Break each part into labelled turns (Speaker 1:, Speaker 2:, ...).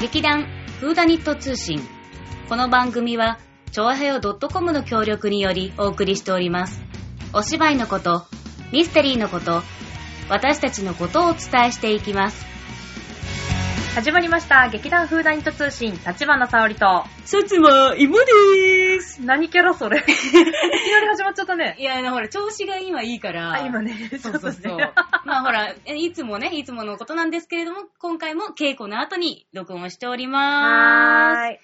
Speaker 1: 劇団フーダニット通信この番組はチョアヘオ .com の協力によりお送りしておりますお芝居のことミステリーのこと私たちのことをお伝えしていきます
Speaker 2: 始まりました。劇団フーダニット通信、立花沙織と。
Speaker 1: さつまいもでーす
Speaker 2: 何キャラそ れいきなり始まっちゃったね。
Speaker 1: いやほら調子が今いいから
Speaker 2: あ、今ね、
Speaker 1: そうそう
Speaker 2: ち
Speaker 1: そ
Speaker 2: ょ
Speaker 1: う
Speaker 2: っとね。
Speaker 1: まあほらえいつもねいつものことなんですけれども今回も稽古の後に録音しておりま
Speaker 2: は
Speaker 1: す
Speaker 2: ーい。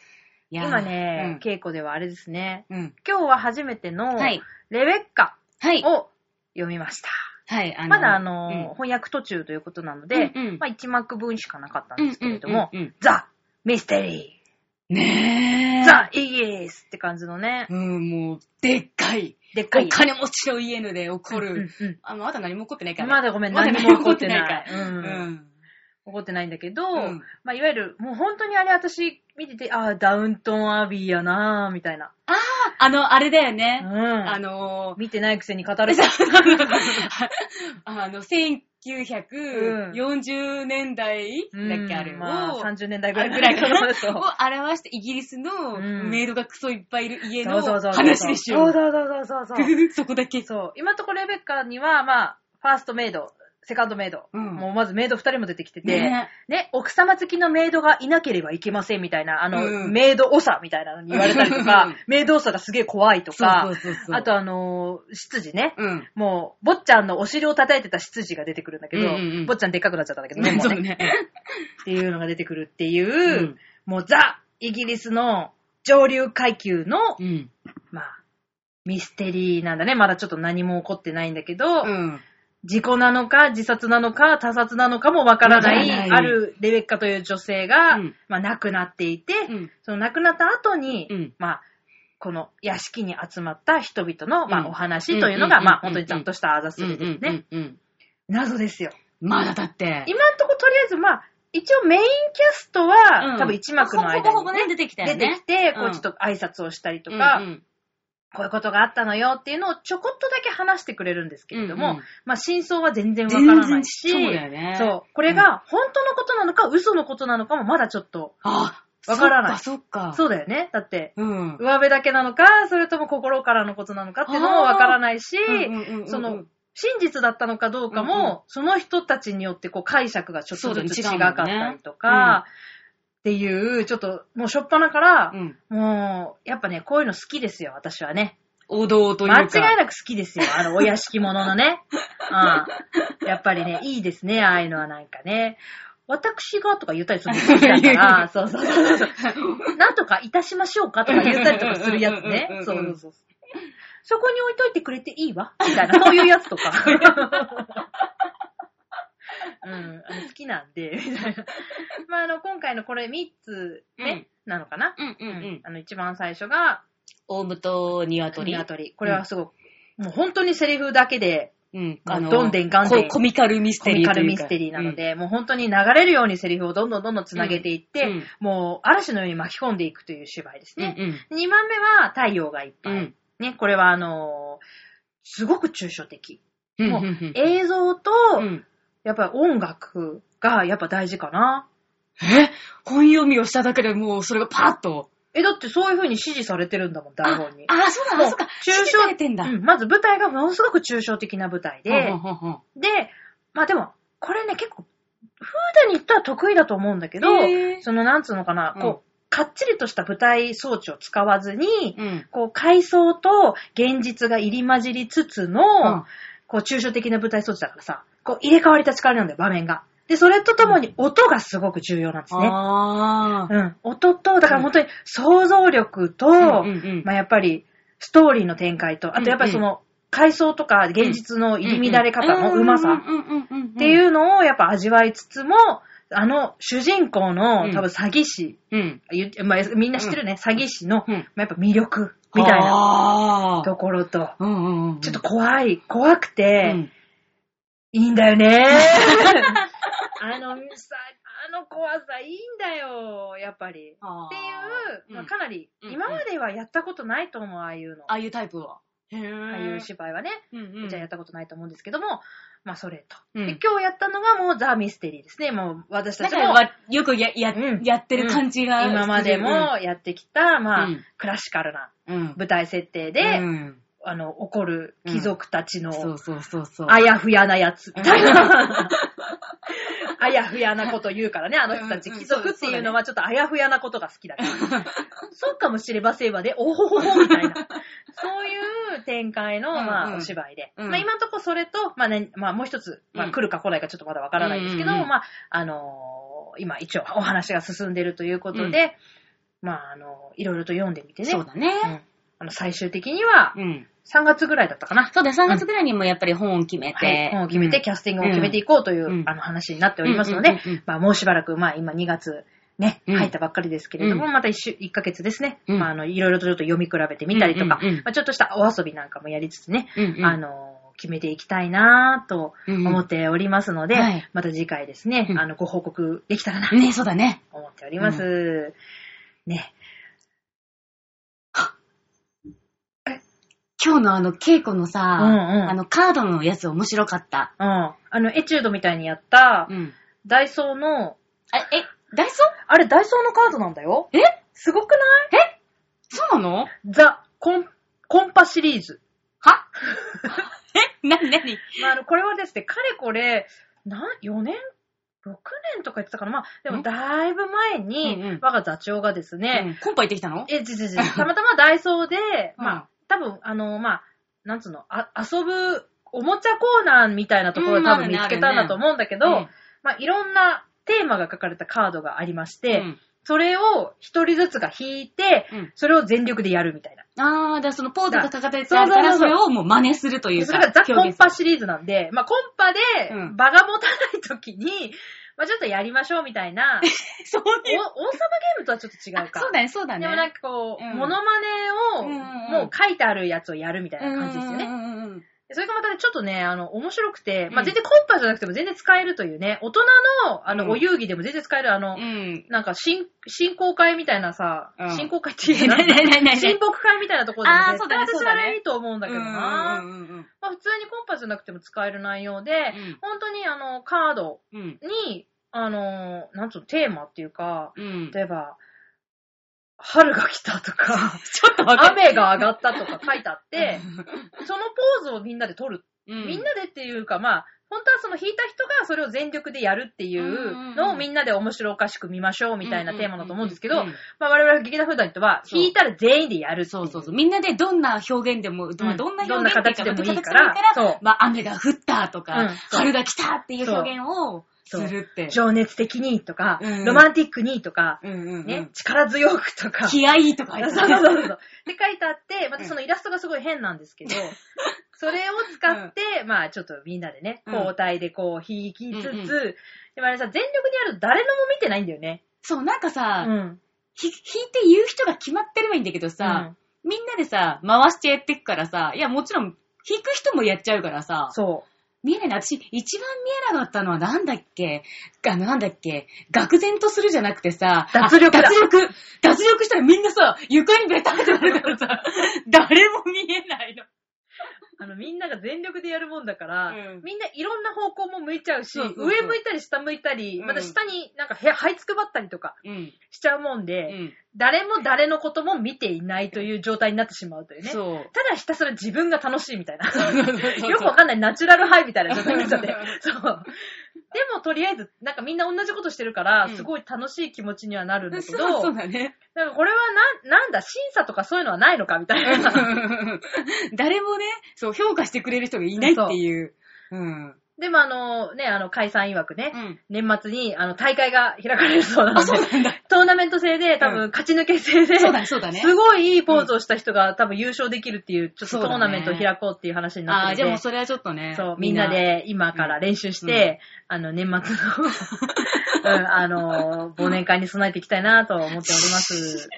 Speaker 1: いやー
Speaker 2: 今ね、
Speaker 1: うん
Speaker 2: 稽古ではあれですね、
Speaker 1: うん
Speaker 2: 今日は初めての、
Speaker 1: はい
Speaker 2: レベッカ
Speaker 1: はい
Speaker 2: を読みました。
Speaker 1: はいあの
Speaker 2: まだあの、
Speaker 1: うん
Speaker 2: 翻訳途中ということなので、
Speaker 1: うんうん
Speaker 2: まあ1幕分しかなかったんですけれども、
Speaker 1: うんうんうんうん
Speaker 2: ザ・ミステリ
Speaker 1: ね
Speaker 2: ー、
Speaker 1: え。
Speaker 2: ザ・イギリスって感じのね、
Speaker 1: うん、もう、でっかい。
Speaker 2: でっかい。
Speaker 1: お金持ちの家ので起こる。
Speaker 2: うんうん
Speaker 1: あ、まだ何も起こってないから、
Speaker 2: まだごめん、
Speaker 1: まだ
Speaker 2: 何
Speaker 1: 何
Speaker 2: も
Speaker 1: も起
Speaker 2: 起
Speaker 1: こ
Speaker 2: こっ
Speaker 1: ってて
Speaker 2: な
Speaker 1: ないい。
Speaker 2: う
Speaker 1: うんん。
Speaker 2: 怒ってないんだけど、
Speaker 1: うん
Speaker 2: まあ、いわゆる、もう本当にあれ私見てて、ああ、ダウントンアビーやなぁ、みたいな。
Speaker 1: あの、あれだよ
Speaker 2: う
Speaker 1: ね。あ
Speaker 2: ん。
Speaker 1: のー、
Speaker 2: 見てないくせに語るさ。
Speaker 1: あの、1940年代だっけ、あれを、
Speaker 2: まあ、30年代ぐ
Speaker 1: あ
Speaker 2: ら
Speaker 1: れぐ
Speaker 2: い
Speaker 1: らいかな
Speaker 2: そうそう
Speaker 1: を表してイギリスの
Speaker 2: うん
Speaker 1: メイドがクソいっぱいいる家
Speaker 2: そう
Speaker 1: の
Speaker 2: そうそうそう
Speaker 1: 話でしょ。
Speaker 2: そうそうそうそうそうそう。
Speaker 1: うそこだけ。
Speaker 2: そう今のところレベッカには、まあ、ファーストメイド、セカンドメイド、
Speaker 1: うん
Speaker 2: もうまずメイド二人も出てきてて、
Speaker 1: ね
Speaker 2: ね、奥様付きのメイドがいなければいけませんみたいな、あの、
Speaker 1: うん
Speaker 2: メイド長みたいなのに言われたりと
Speaker 1: う
Speaker 2: か
Speaker 1: ん、
Speaker 2: メイド長がすげえ怖いと
Speaker 1: そう
Speaker 2: か、
Speaker 1: そうそうそう。
Speaker 2: あ、とあのー、執事ね。
Speaker 1: うん。
Speaker 2: もう、坊ちゃんのお尻を叩いてた執事が出てくるんだけ
Speaker 1: う
Speaker 2: ど、
Speaker 1: んうんうん
Speaker 2: 坊ちゃんでっかくなっちゃったんだけどね、も
Speaker 1: そうう
Speaker 2: ね
Speaker 1: ね。
Speaker 2: っていうのが出てくるっていうう、
Speaker 1: ん。
Speaker 2: もうザ・イギリスの上流階級の、
Speaker 1: うん。
Speaker 2: まあ、ミステリーなんだね。まだちょっと何も起こってないんだけど、
Speaker 1: うん。
Speaker 2: 事故なのか自殺なのか他殺なのかもわからない、
Speaker 1: わからない
Speaker 2: あるレベッカという女性が、
Speaker 1: うん
Speaker 2: まあ亡くなっていて、
Speaker 1: うん。
Speaker 2: その亡くなった後に、
Speaker 1: うん
Speaker 2: まあ、この屋敷に集まった人々の、
Speaker 1: う
Speaker 2: まあ、
Speaker 1: ん
Speaker 2: お話というのが、
Speaker 1: うん
Speaker 2: まあ、
Speaker 1: うん
Speaker 2: 本当にちゃんとしたあざすりですね。
Speaker 1: うんうん
Speaker 2: 謎ですよ。
Speaker 1: まだだって。
Speaker 2: 今んとこ、とりあえず、まあ、一応メインキャストは、
Speaker 1: うん
Speaker 2: 多分一幕の間に、
Speaker 1: ほぼほぼね、出てきたよ
Speaker 2: 出て
Speaker 1: ね
Speaker 2: き。て、
Speaker 1: うん
Speaker 2: こうちょっと挨拶をしたりと
Speaker 1: う
Speaker 2: か、
Speaker 1: んうん
Speaker 2: こういうことがあったのよっていうのをちょこっとだけ話してくれるんですけれども、
Speaker 1: うんうん
Speaker 2: まあ真相は全然わか
Speaker 1: 全
Speaker 2: らな
Speaker 1: 然
Speaker 2: いし、
Speaker 1: そうだよね。
Speaker 2: そう。これが本当のことなのか嘘のことなのかもまだちょっと、
Speaker 1: あ、
Speaker 2: わからない
Speaker 1: そっか、そっか。
Speaker 2: そうだよね。だって、
Speaker 1: うん。
Speaker 2: 上辺だけなのか、それとも心からのことなのかっていうのもわからないし、
Speaker 1: うんうんうんうん
Speaker 2: その、真実だったのかどうかも、
Speaker 1: うんうん
Speaker 2: その人たちによってこう解釈がちょっとずつ
Speaker 1: そうだ
Speaker 2: 違
Speaker 1: ね
Speaker 2: かったりとか、っていう、ちょっと、もうしょっぱなから
Speaker 1: う、ん。
Speaker 2: もう、やっぱね、こういうの好きですよ、私はね。
Speaker 1: 王道というか。
Speaker 2: 間違いなく好きですよ、あ の、お屋敷物のね。うん。やっぱりね、いいですね、ああいうのはなんかね。私がとか言ったりするの好きだから、そうそうそうそう。なんとかいたしましょうかとか言ったりとかするやつね
Speaker 1: うんうんうんう。ん
Speaker 2: そうそうそう。そこに置いといてくれていいわみたいな、こういうやつとか。うん、あの好きなんで、みたいな。まあ、あの、今回のこれ3つね、なのかな。
Speaker 1: うんうんう
Speaker 2: うん
Speaker 1: ん。
Speaker 2: あの、一番最初が、
Speaker 1: オウムとニワトリ。
Speaker 2: 鶏これはすごく、もう本当にセリフだけで、
Speaker 1: うん。
Speaker 2: どんでんがんでん
Speaker 1: こコミカルミス
Speaker 2: コ
Speaker 1: テリーとい
Speaker 2: ミ
Speaker 1: う
Speaker 2: カ
Speaker 1: か。
Speaker 2: ルミステリーなので、もう本当に流れるようにセリフをどんどんどんどんつなげていって、
Speaker 1: うん、うん
Speaker 2: もう嵐のように巻き込んでいくという芝居ですね。
Speaker 1: うん
Speaker 2: 2番目は太陽がいっぱ
Speaker 1: う
Speaker 2: い。
Speaker 1: ん。
Speaker 2: ね、これはあのーすごく抽象的。
Speaker 1: うん。
Speaker 2: もう
Speaker 1: うん
Speaker 2: 映像と、
Speaker 1: うん
Speaker 2: やっぱり音楽がやっぱ大事かな。
Speaker 1: え本読みをしただけでもうそれがパーッと。
Speaker 2: え、だってそういう風に指示されてるんだもん、台本に。
Speaker 1: あ、そうな
Speaker 2: も
Speaker 1: の
Speaker 2: う
Speaker 1: そうか。
Speaker 2: 抽象
Speaker 1: 指示されてんだ。
Speaker 2: うん、まず舞台がものすごく抽象的な舞台で、
Speaker 1: ほんほんほんほん
Speaker 2: で、まあでも、これね、結構、フーダに行ったら得意だと思うんだけど、
Speaker 1: へー
Speaker 2: その、なんつうのかな、
Speaker 1: うん
Speaker 2: こう、かっちりとした舞台装置を使わずに、
Speaker 1: うん。
Speaker 2: こう、階層と現実が入り混じりつつの、
Speaker 1: うん
Speaker 2: こう、抽象的な舞台装置だからさ、こう、入れ替わり立ち替わりなんだよ、場面が。で、それとともに音がすごく重要なんですね。
Speaker 1: ああ。
Speaker 2: うん。音と、だから本当に想像力と、
Speaker 1: うんうんうん
Speaker 2: まあやっぱり、ストーリーの展開と、あとやっぱりその、階層とか現実の入り乱れ方のうまさ。
Speaker 1: うんうんうんうんうんうん
Speaker 2: っていうのをやっぱ味わいつつも、あの、主人公
Speaker 1: う
Speaker 2: の
Speaker 1: ん
Speaker 2: 多分詐欺師、
Speaker 1: うん。
Speaker 2: 言ってまあ、みんな知ってるね、詐欺師の、
Speaker 1: うん
Speaker 2: まあやっぱ魅力みたいな
Speaker 1: な
Speaker 2: ところと、
Speaker 1: うんうんうん。
Speaker 2: ちょっと怖い、怖くて、
Speaker 1: うん
Speaker 2: いいんだ よね。あのさ、あの怖さいいんだよ、やっぱり。っていう、まあ、かなり、
Speaker 1: うん
Speaker 2: 今まではやったことないと思う、ああいうの。
Speaker 1: ああいうタイプは。へぇ
Speaker 2: ああいう芝居はね、
Speaker 1: うんうん。
Speaker 2: じゃあやったことないと思うんですけども、まあそれと。
Speaker 1: うん
Speaker 2: で、今日やったのがもうザ・ミステリーですね。もう私
Speaker 1: な
Speaker 2: た
Speaker 1: ん
Speaker 2: ち
Speaker 1: か
Speaker 2: も
Speaker 1: わよくやや,、
Speaker 2: うん
Speaker 1: やってる感じが、
Speaker 2: 今までもやってきた、まあ、
Speaker 1: うん
Speaker 2: クラシカルな
Speaker 1: うん、うん。
Speaker 2: 舞台設定で、
Speaker 1: うん
Speaker 2: あの、起こる貴族たち
Speaker 1: そ
Speaker 2: の
Speaker 1: うそうそうそう。
Speaker 2: あやふやなやつ、みたいな。 あやふやなこと言うからね、あの人たち。
Speaker 1: うんうん
Speaker 2: 貴族っていうのはちょっとあやふやなことが好 きだから。そうかもしれませんわね、おほほほ、み たいな。そういう展開の、
Speaker 1: うん
Speaker 2: ま
Speaker 1: うん
Speaker 2: あ、お芝居で。
Speaker 1: うん
Speaker 2: まあ、今のとこそれと、まあね、まあ、もう一つ、ま
Speaker 1: う
Speaker 2: あ、
Speaker 1: ん
Speaker 2: 来るか来ないかちょっとまだわからないですけど、
Speaker 1: うんうんうん
Speaker 2: まあ、あのー今一応お話が進んでるということで、まあ、あのーいろいろと読んでみてね。
Speaker 1: そうだね。
Speaker 2: うんあの、最終的には、
Speaker 1: うん。
Speaker 2: 3月ぐらいだったかな。
Speaker 1: そうだね、3月ぐらいにもやっぱり本を決めて。
Speaker 2: はい、本を決めて、キャスティングを決めていこうという、
Speaker 1: うん
Speaker 2: あの話になっておりますので、
Speaker 1: うんうんうんうん
Speaker 2: まあもうしばらく、まあ今2月ね、
Speaker 1: うん
Speaker 2: 入ったばっかりですけれども、
Speaker 1: う
Speaker 2: また1週、1ヶ月ですね、
Speaker 1: うん
Speaker 2: まああの、いろいろとちょっと読み比べてみたりとか、
Speaker 1: うんうんうん
Speaker 2: まあちょっとしたお遊びなんかもやりつつね、
Speaker 1: うんうん
Speaker 2: あの、決めていきたいなぁと
Speaker 1: うん
Speaker 2: 思っておりますので、
Speaker 1: はい
Speaker 2: また次回ですね、
Speaker 1: うん
Speaker 2: あの、ご報告できたらな、
Speaker 1: ね、そうだね。
Speaker 2: と思っております。ね。
Speaker 1: 今日のあの、稽古の
Speaker 2: う
Speaker 1: さ、
Speaker 2: んうん。
Speaker 1: あの、カードのやつ面白かった。
Speaker 2: うん。あの、エチュードみたいにやった、
Speaker 1: うん。
Speaker 2: ダイソーの、
Speaker 1: あ、え、ダイソ
Speaker 2: あれダイソーのカードなんだよ
Speaker 1: ーえ
Speaker 2: すごくない
Speaker 1: そうなの
Speaker 2: ザ・コン、コンパシリーズ。
Speaker 1: は え、なになに
Speaker 2: まあ、あの、これはですね、かれこれ、なん、4年 ?6 年とか言ってたかなまあ、で
Speaker 1: ん
Speaker 2: もだいぶ前に、
Speaker 1: うんうん
Speaker 2: 我が座長がですね、
Speaker 1: うんコンパ行ってきたの
Speaker 2: え、じ じじ、たまたまダイソーで、
Speaker 1: うん
Speaker 2: まあ、多分、あの、まあ、なんつうの、あ遊ぶ、おもちゃコーナーみたいなとこ
Speaker 1: う
Speaker 2: ろを
Speaker 1: ん
Speaker 2: 多分
Speaker 1: あるね
Speaker 2: 見つけたんだと思うんだけど、
Speaker 1: うん
Speaker 2: まあ、いろんなテーマが書かれたカードがありまして、
Speaker 1: うん
Speaker 2: それを一人ずつが引いて、
Speaker 1: うん
Speaker 2: それを全力でやるみたいな。
Speaker 1: あー、じゃあそのポーズが書かれてあるから、そ
Speaker 2: そうそうそうそう
Speaker 1: れをもう真似するという
Speaker 2: そ
Speaker 1: か。
Speaker 2: れがザ・
Speaker 1: 表
Speaker 2: コン
Speaker 1: 現する
Speaker 2: パシリーズなんで、まあ、コンパで
Speaker 1: うん、
Speaker 2: 場が持たないときに、 まあ、ちょっとやりましょうみた いな、
Speaker 1: そう
Speaker 2: お
Speaker 1: いう。
Speaker 2: 王様ゲームとはちょっと違う
Speaker 1: あ
Speaker 2: か。
Speaker 1: そうだね、そうだね。
Speaker 2: でもなんかこう、
Speaker 1: うん
Speaker 2: モノマ
Speaker 1: うんうんうん
Speaker 2: ネを、もう書いてあるやつをやるみたいな感じですよね。
Speaker 1: うんうんうんうん
Speaker 2: それがまたね、ちょっとね、あの、面白くて、
Speaker 1: うん
Speaker 2: まあ、全然コンパじゃなくても全然使えるというね、大人の、あ
Speaker 1: う
Speaker 2: の、
Speaker 1: ん
Speaker 2: お遊戯でも全然使える、あの、
Speaker 1: うん。
Speaker 2: なんか、新、新公会みたいなさ、
Speaker 1: うん、
Speaker 2: 新公会っていうか な
Speaker 1: 何々
Speaker 2: 親睦会みたいなところで
Speaker 1: あー
Speaker 2: も
Speaker 1: そう
Speaker 2: 絶
Speaker 1: だ
Speaker 2: 対
Speaker 1: ねそう
Speaker 2: 私
Speaker 1: だね
Speaker 2: あれいいと思うんだけどな。
Speaker 1: うんうんうん
Speaker 2: まあ、普通にコンパじゃなくても使える内容で、
Speaker 1: うん
Speaker 2: 本当にあの、カード
Speaker 1: うん。
Speaker 2: に、あの、なんつうの、テーマっていうか、
Speaker 1: うん。
Speaker 2: 例えば、春が来た とか、
Speaker 1: ちょっとわかんない。
Speaker 2: 雨が上がったとか 書いてあって、そのポーズをみんなで撮る。
Speaker 1: うん、
Speaker 2: みんなでっていうか、まあ、本当はその弾いた人がそれを全力でやるってい
Speaker 1: んうんうん
Speaker 2: うのをみんなで面白おかしく見ましょうみたいなテーマだと思うんですけ
Speaker 1: う
Speaker 2: ど
Speaker 1: んうん、うん
Speaker 2: まあ我々劇団フーダニットは
Speaker 1: そう
Speaker 2: 弾いたら全員でやるってい
Speaker 1: そうそうそう。みんなでどんな表現でも、まあどんな表現
Speaker 2: どんな形でもいいから
Speaker 1: どんな形でもいい、
Speaker 2: そう。
Speaker 1: まあ雨が降ったとか、
Speaker 2: うんそう
Speaker 1: 春が来たっていう表現をす
Speaker 2: そう
Speaker 1: るって。
Speaker 2: 情熱的にとか、
Speaker 1: うん
Speaker 2: ロマンティックにとか、
Speaker 1: うんうんうん
Speaker 2: ね、。力強くとか。
Speaker 1: 気合いとか
Speaker 2: そ
Speaker 1: 言
Speaker 2: う
Speaker 1: って
Speaker 2: そうそうそう。って書いてあって、ま
Speaker 1: う
Speaker 2: た
Speaker 1: ん
Speaker 2: そのイラストがすごい変なん ですけど、それを使って、まあちょっとみんなでね、
Speaker 1: うん
Speaker 2: 交代でこう引きつつ、
Speaker 1: うんうん
Speaker 2: でもあれさ、全力でやると誰のも見てないんだよね。
Speaker 1: そう、なんか
Speaker 2: う
Speaker 1: さ、
Speaker 2: ん。
Speaker 1: ひ弾いて言う人が決まってればいいんだけどさ、
Speaker 2: うん
Speaker 1: みんなでさ、回してやっていくからさ、いやもちろん、弾く人もやっちゃうからさ、
Speaker 2: そ
Speaker 1: 見えないな。私、一番見えなかったのはなんだっけあの、なんだっけ愕然とするじゃなくてさ、
Speaker 2: 脱力だ
Speaker 1: あ脱力脱力したらみんなさ、床にベタってなるから さ、誰も見えないの。
Speaker 2: う。あの、みんなが全力でやるもんだから、
Speaker 1: うん
Speaker 2: みんないろんな方向も向いちゃうし、
Speaker 1: そうそうそう
Speaker 2: 上向いたり下向いたり、
Speaker 1: うん
Speaker 2: また下になんかへ、はいつくばったりとか
Speaker 1: うん。
Speaker 2: しちゃうもんで、誰も誰のことも見ていないという状態になってしまうというね。
Speaker 1: そう。
Speaker 2: ただひたすら自分が楽しいみたいな。
Speaker 1: そう
Speaker 2: よくわかんない、ナチュラルハイみたいな状態になっちゃって。 そう。でも、とりあえず、なんかみんな同じことしてるから、
Speaker 1: うん
Speaker 2: すごい楽しい気持ちにはなるんだけど、
Speaker 1: そうそうだね。
Speaker 2: なんかこれはな、なんだ、審査とかそういうのはないのかみたいな。
Speaker 1: 誰もね、そう、評価してくれる人がいないっていう。うん。
Speaker 2: でも、あの、ね、あの、解散曰くね、
Speaker 1: うん。
Speaker 2: 年末に、あの、大会が開かれるそうなの
Speaker 1: あ、そ
Speaker 2: で
Speaker 1: う、なんだ。
Speaker 2: トーナメント制で、多
Speaker 1: う
Speaker 2: 分、勝ち抜け制で、
Speaker 1: そうだね、そうだね。
Speaker 2: すごいいいポーズをした人が多分優勝できるっていう、ちょっとトーナメントを開こうっていう話にな
Speaker 1: あ
Speaker 2: っ
Speaker 1: あ、
Speaker 2: て
Speaker 1: じゃあ
Speaker 2: るの
Speaker 1: もう
Speaker 2: で、
Speaker 1: それはちょっとね。
Speaker 2: そう、みんな。で今から練習して、あの、年末 の、うん、あの、忘年会に備えていきたいなと思っており ます。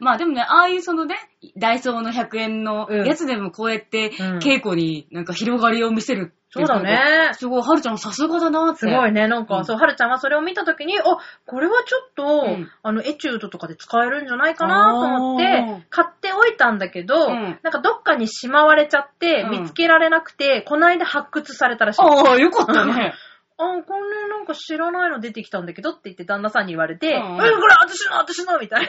Speaker 1: まあでもね、ああいうそのね、ダイソーの100円のやつでもこうやって
Speaker 2: うん、
Speaker 1: 稽古になんか広がりを見せるって
Speaker 2: そ
Speaker 1: いう
Speaker 2: だね。
Speaker 1: すごい、はるちゃんさすがだなって。
Speaker 2: すごいね。なんか、
Speaker 1: うん
Speaker 2: そう、はるちゃんはそれを見たときに、あ、これはちょっと、
Speaker 1: うん
Speaker 2: あの、エチュードとかで使えるんじゃないかなと思っ
Speaker 1: あー
Speaker 2: て、買っておいたんだけど、
Speaker 1: うん
Speaker 2: なんかどっかにしまわれちゃって、
Speaker 1: うん
Speaker 2: 見つけられなくて、こないだ発掘されたらしい。
Speaker 1: ああ、よかったね。
Speaker 2: あー、これなんか知らないの出てきたんだけどって言って旦那さんに言われて、
Speaker 1: うん
Speaker 2: え、これ私の私のみ たいな。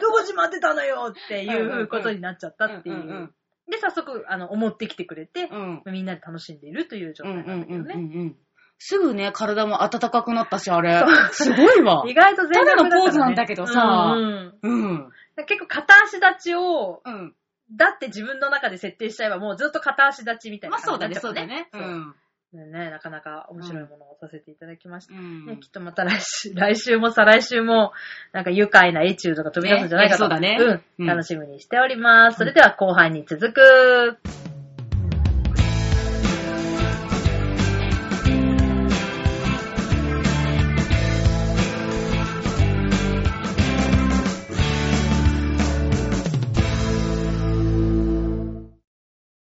Speaker 2: どこしまってたのよっていうことになっちゃったっていう。
Speaker 1: うんうん
Speaker 2: で、早速、あの、思ってきてくれて、
Speaker 1: うん。
Speaker 2: みんなで楽しんでいるという状
Speaker 1: うん
Speaker 2: 態
Speaker 1: う
Speaker 2: なんんだけ
Speaker 1: う
Speaker 2: ど
Speaker 1: んうんう
Speaker 2: ね。
Speaker 1: ん。すぐね、体も温かくなったし、あれ。すご いわ
Speaker 2: 意。外と全然、
Speaker 1: ただのポーズなんだけどさ
Speaker 2: うんうん
Speaker 1: うん。
Speaker 2: 結構片足立ちを、
Speaker 1: うん。
Speaker 2: だって自分の中で設定しちゃえばもうずっと片足立ちみたい
Speaker 1: ま
Speaker 2: な
Speaker 1: あそうだ
Speaker 2: 感
Speaker 1: ね、
Speaker 2: じ
Speaker 1: そう
Speaker 2: にな
Speaker 1: だ
Speaker 2: っちゃ
Speaker 1: ね。
Speaker 2: た
Speaker 1: う
Speaker 2: もんね。
Speaker 1: ん。
Speaker 2: そうね、なかなか面白いものをさせていただきました。
Speaker 1: う
Speaker 2: ね、
Speaker 1: ん
Speaker 2: きっとまた来週、 来週も再来週も、なんか愉快なエチュードが飛び出すんじゃないか
Speaker 1: ねそ
Speaker 2: と。
Speaker 1: うだね
Speaker 2: う。
Speaker 1: うんん
Speaker 2: 楽しみにしております。それでは後半に続く。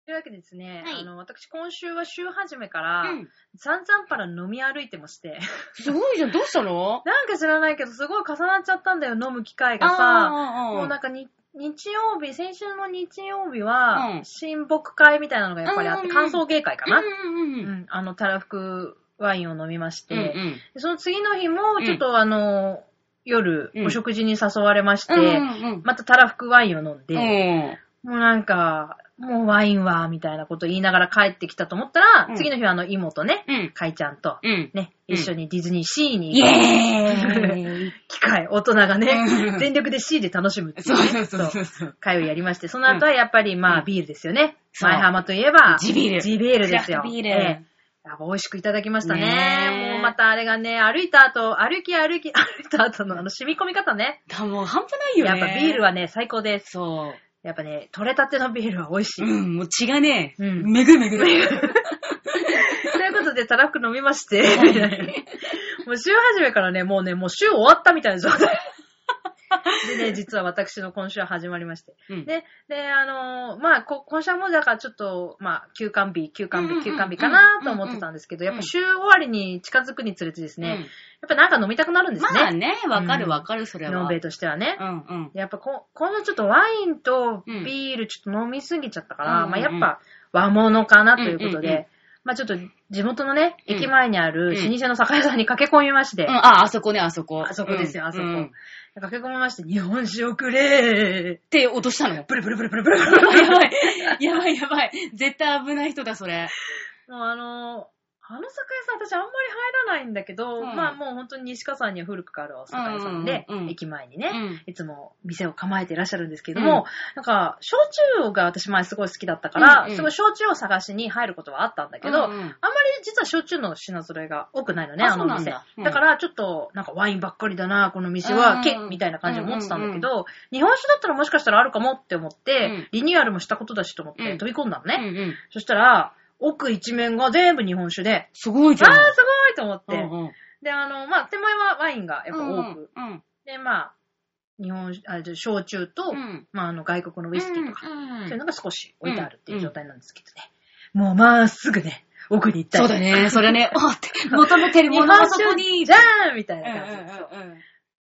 Speaker 2: というわけでですね、
Speaker 1: はい
Speaker 2: あの、私今週は週始めから、
Speaker 1: うん
Speaker 2: 散々パラ飲み歩いてまして、
Speaker 1: すごいじゃん、どうしたの
Speaker 2: なんか知らないけど、すごい重なっちゃったんだよ、飲む機会がさ。
Speaker 1: あ
Speaker 2: もうなんかに、日曜日、先週の日曜日は
Speaker 1: う、ん
Speaker 2: 親睦会みたいなのがやっぱりあっ
Speaker 1: うん
Speaker 2: て、
Speaker 1: うんうん
Speaker 2: 歓送迎会か
Speaker 1: う
Speaker 2: な。
Speaker 1: んうんう。
Speaker 2: うんん、あの、たらふくワインを飲みまして、
Speaker 1: うんうん。
Speaker 2: でその次の日も、
Speaker 1: うん
Speaker 2: ちょっとあの、夜
Speaker 1: う、ん
Speaker 2: お食事に誘われまして、
Speaker 1: うん
Speaker 2: またたらふくワインを飲ん
Speaker 1: う
Speaker 2: で、
Speaker 1: んうん。
Speaker 2: もうなんか、もうワインは、みたいなこと言いながら帰ってきたと思ったら、
Speaker 1: うん
Speaker 2: 次の日はあの、妹ね、
Speaker 1: うん。
Speaker 2: かいちゃんと、
Speaker 1: うん。
Speaker 2: ね、
Speaker 1: うん
Speaker 2: 一緒にディズニーシーに
Speaker 1: イ
Speaker 2: 行く
Speaker 1: エーイ
Speaker 2: 機会、大人がね
Speaker 1: う、ん
Speaker 2: 全力で C で楽しむってい
Speaker 1: そうう
Speaker 2: ね
Speaker 1: そうそうそう。
Speaker 2: 会をやりまして、その後はやっぱりまあ
Speaker 1: うん
Speaker 2: ビールですよね。
Speaker 1: そう
Speaker 2: 前浜といえば、
Speaker 1: 地ビール
Speaker 2: 地ビールですよ。
Speaker 1: クラフトビール
Speaker 2: ええやっぱ美味しくいただきましたね。
Speaker 1: ねえ
Speaker 2: もうまたあれがね、歩いた後、歩き歩き、 歩いた後のあの染み込み方ね。
Speaker 1: だもう半端ないよ
Speaker 2: や
Speaker 1: ね。
Speaker 2: っぱビールはね、最高です。
Speaker 1: そ
Speaker 2: やっぱね、取れたてのビールは美味し
Speaker 1: う。
Speaker 2: い。
Speaker 1: うん、もう血がね、
Speaker 2: うん
Speaker 1: めぐめぐ。
Speaker 2: ということで、たらふく飲みまして、
Speaker 1: い
Speaker 2: もう週始めからね、もうね、もう週終わったみたいな状態。でね、実は私の今週は始まりまして。
Speaker 1: うん
Speaker 2: で、で、あのーまあ、こ今週はもうだからちょっと、まあ、休館日、休館
Speaker 1: うんうんう
Speaker 2: 日、
Speaker 1: ん
Speaker 2: 休館日かなと思ってたんですけど、
Speaker 1: うん
Speaker 2: や
Speaker 1: うん
Speaker 2: っぱ週終わりに近づくにつれてですね、やっぱなんか飲みたくなるん
Speaker 1: う
Speaker 2: で
Speaker 1: ん
Speaker 2: す
Speaker 1: まあ
Speaker 2: ね。
Speaker 1: ね、わかるわかる、それは。
Speaker 2: 飲んべえとしてはね
Speaker 1: う。んうん。
Speaker 2: やっぱこ、このちょっとワインと
Speaker 1: うん
Speaker 2: ビールちょっと飲みすぎちゃったから、
Speaker 1: うん
Speaker 2: ま
Speaker 1: う
Speaker 2: あ
Speaker 1: ん
Speaker 2: や
Speaker 1: うん
Speaker 2: っぱ和物かなということで、
Speaker 1: うんうんうん
Speaker 2: まあちょっと地元のね、
Speaker 1: うん
Speaker 2: 駅前にあ
Speaker 1: う
Speaker 2: る
Speaker 1: ん
Speaker 2: 老舗の酒屋さんに駆け込みまして、
Speaker 1: うん、あ、あそこね、あそこ。
Speaker 2: あそこですよ、
Speaker 1: うん
Speaker 2: あそこ。
Speaker 1: うん
Speaker 2: 駆け込みまして、日本酒をくれー
Speaker 1: って落としたの よ。
Speaker 2: プルプルプルプルプルプル。
Speaker 1: やばい、やばい、やばい。絶対危ない人だ、それ。
Speaker 2: もうあのー、あの酒屋さん私あんまり入らないんだけど、
Speaker 1: うん
Speaker 2: まあもう本当に西川さんには古くからあるお酒屋さんで、
Speaker 1: うんうんうん
Speaker 2: 駅前に
Speaker 1: う
Speaker 2: ね、
Speaker 1: ん。
Speaker 2: いつも店を構えていらっしゃるんですけども、なんか、焼酎が私前すごい好きだったから、
Speaker 1: うんうん
Speaker 2: すごい焼酎を探しに入ることはあったんだけど、
Speaker 1: うんうん
Speaker 2: あんまり実は焼酎の品揃えが多くないのね、
Speaker 1: あ
Speaker 2: あ
Speaker 1: そ
Speaker 2: のお
Speaker 1: うなん
Speaker 2: 店。だ
Speaker 1: だうん
Speaker 2: からちょっと、なんかワインばっかりだな、この店は、
Speaker 1: うん
Speaker 2: けみたいな感じで思ってたんだけど、日本酒だったらもしかしたらあるかもって思って、
Speaker 1: うん
Speaker 2: リニューアルもしたことだしと思って
Speaker 1: うん
Speaker 2: 飛び込んだのね。
Speaker 1: うんうん。
Speaker 2: そしたら、奥一面が全部日本酒で、
Speaker 1: すごいじ
Speaker 2: あ
Speaker 1: ゃ
Speaker 2: ー
Speaker 1: ん。
Speaker 2: すごいと思って。
Speaker 1: うんうん
Speaker 2: で、あの、まあ、手前はワインがやっぱ多く。
Speaker 1: うん
Speaker 2: で、まあ、日本酒、あ、じゃあ焼酎と、
Speaker 1: うん。
Speaker 2: まあ、あの、外国のウイスキーとか、
Speaker 1: うん
Speaker 2: そういうのが少し置いてあるっていう状態なんですけどね。もうまっすぐね、奥に行った
Speaker 1: そう
Speaker 2: り
Speaker 1: だね、それ ね、あって、求めてる
Speaker 2: 日
Speaker 1: も
Speaker 2: 本
Speaker 1: のはそこ
Speaker 2: 酒
Speaker 1: に。
Speaker 2: じゃーんみたい
Speaker 1: うん
Speaker 2: な
Speaker 1: うん
Speaker 2: 感じ、そう
Speaker 1: うんうん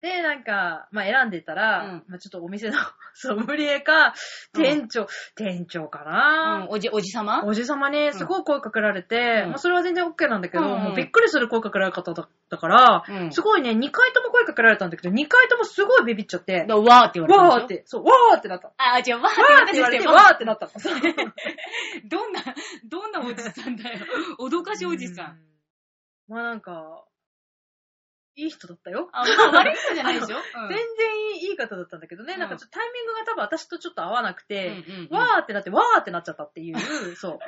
Speaker 2: で、なんか、まあ、選んでたら、
Speaker 1: うん
Speaker 2: まあ、ちょっとお店の ソムリエか、店長、店長か
Speaker 1: うん
Speaker 2: な、
Speaker 1: おじ、おじさま
Speaker 2: おじさまにすごい声かけられて、
Speaker 1: うん
Speaker 2: まあ、それは全然 OK なんだけど、
Speaker 1: うん
Speaker 2: もうびっくりする声かけられ方だったから、
Speaker 1: うん
Speaker 2: すごいね、2回とも声かけられたんだけど、2回ともすごいビビっちゃって、
Speaker 1: だわーって言われたんでしょ
Speaker 2: わーっ。て、そう、わーってなった。わ
Speaker 1: あ、違う、わー
Speaker 2: ーって言われて、わ
Speaker 1: わ
Speaker 2: ーってなったの。そう
Speaker 1: ーどんな、どんなおじさんだよ。脅かしおじさん。。
Speaker 2: まあなんか、いい人だったよ。
Speaker 1: あ、まあ悪い人じゃないでしょ
Speaker 2: 全然いい方だったんだけどね、
Speaker 1: うん
Speaker 2: なんかちょっとタイミングが多分私とちょっと合わなくて、
Speaker 1: 然
Speaker 2: わーってなって、わーってなっちゃったっていう、そ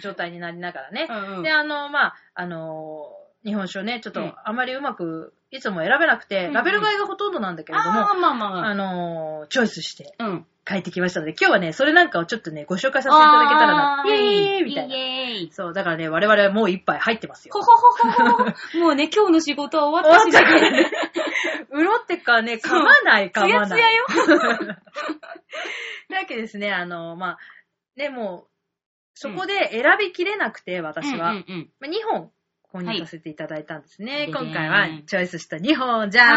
Speaker 2: う、状態になりながらね。
Speaker 1: うんうん。
Speaker 2: で、あの、まあ、あのー日本酒をね、ちょっと
Speaker 1: うん
Speaker 2: あまりうまく、いつも選べなくて、
Speaker 1: うん
Speaker 2: ラベル買いがほとんどなんだけれども、
Speaker 1: あーまあまあま
Speaker 2: あのーチョイスして
Speaker 1: あ。うん。
Speaker 2: 帰ってきましたので、今日はね、それなんかをちょっとね、ご紹介させていただけたらな。イエーイみたい
Speaker 1: イ
Speaker 2: な。
Speaker 1: エーイ。
Speaker 2: そう、だからね、我々はもう一杯入ってますよ
Speaker 1: ほ。ほほほほほ。もうね、今日の仕事は終わったし、
Speaker 2: 終わったから ね うろってかね、噛まない、噛
Speaker 1: ツ
Speaker 2: ま
Speaker 1: ヤツ
Speaker 2: な
Speaker 1: ヤ
Speaker 2: い。
Speaker 1: よ。
Speaker 2: だわけですね、あの、まあ、ね、もう、そこで選びきれなくて、私は、
Speaker 1: うんうんうん
Speaker 2: まあ、2本購入させていただいたんですね。
Speaker 1: はい
Speaker 2: 今回は
Speaker 1: ででーん
Speaker 2: チョイスした2本じゃー
Speaker 1: は